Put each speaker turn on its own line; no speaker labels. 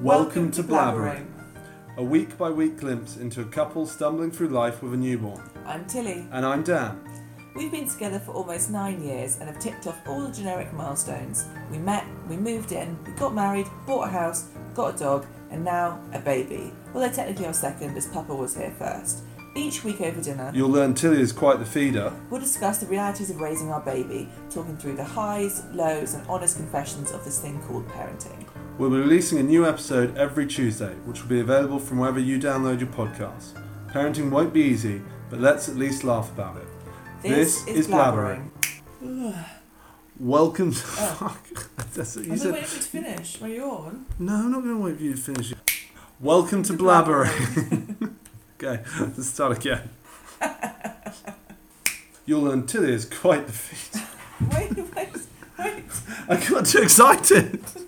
Welcome to Blabbering, a week by week glimpse into a couple stumbling through life with a newborn.
I'm Tilly.
And I'm Dan.
We've been together for almost nine years and have ticked off all the generic milestones. We met, we moved in, we got married, bought a house, got a dog, and now a baby. Although technically our second, as Papa was here first. Each week over dinner,
You'll learn Tilly is quite the feeder,
we'll discuss the realities of raising our baby, talking through the highs, lows, and honest confessions of this thing called parenting.
We'll be releasing a new episode every Tuesday, which will be available from wherever you download your podcast. Parenting won't be easy, but let's at least laugh about it. This is Blabbering. Welcome to. Fuck. That's what you
I've been
said.
waiting for you to finish. Well, you're on.
No, I'm not going to wait for you to finish. Welcome to Blabbering. okay, let's start again. You'll learn Tilly is quite the feeder.
Wait, wait, wait.
I got too excited.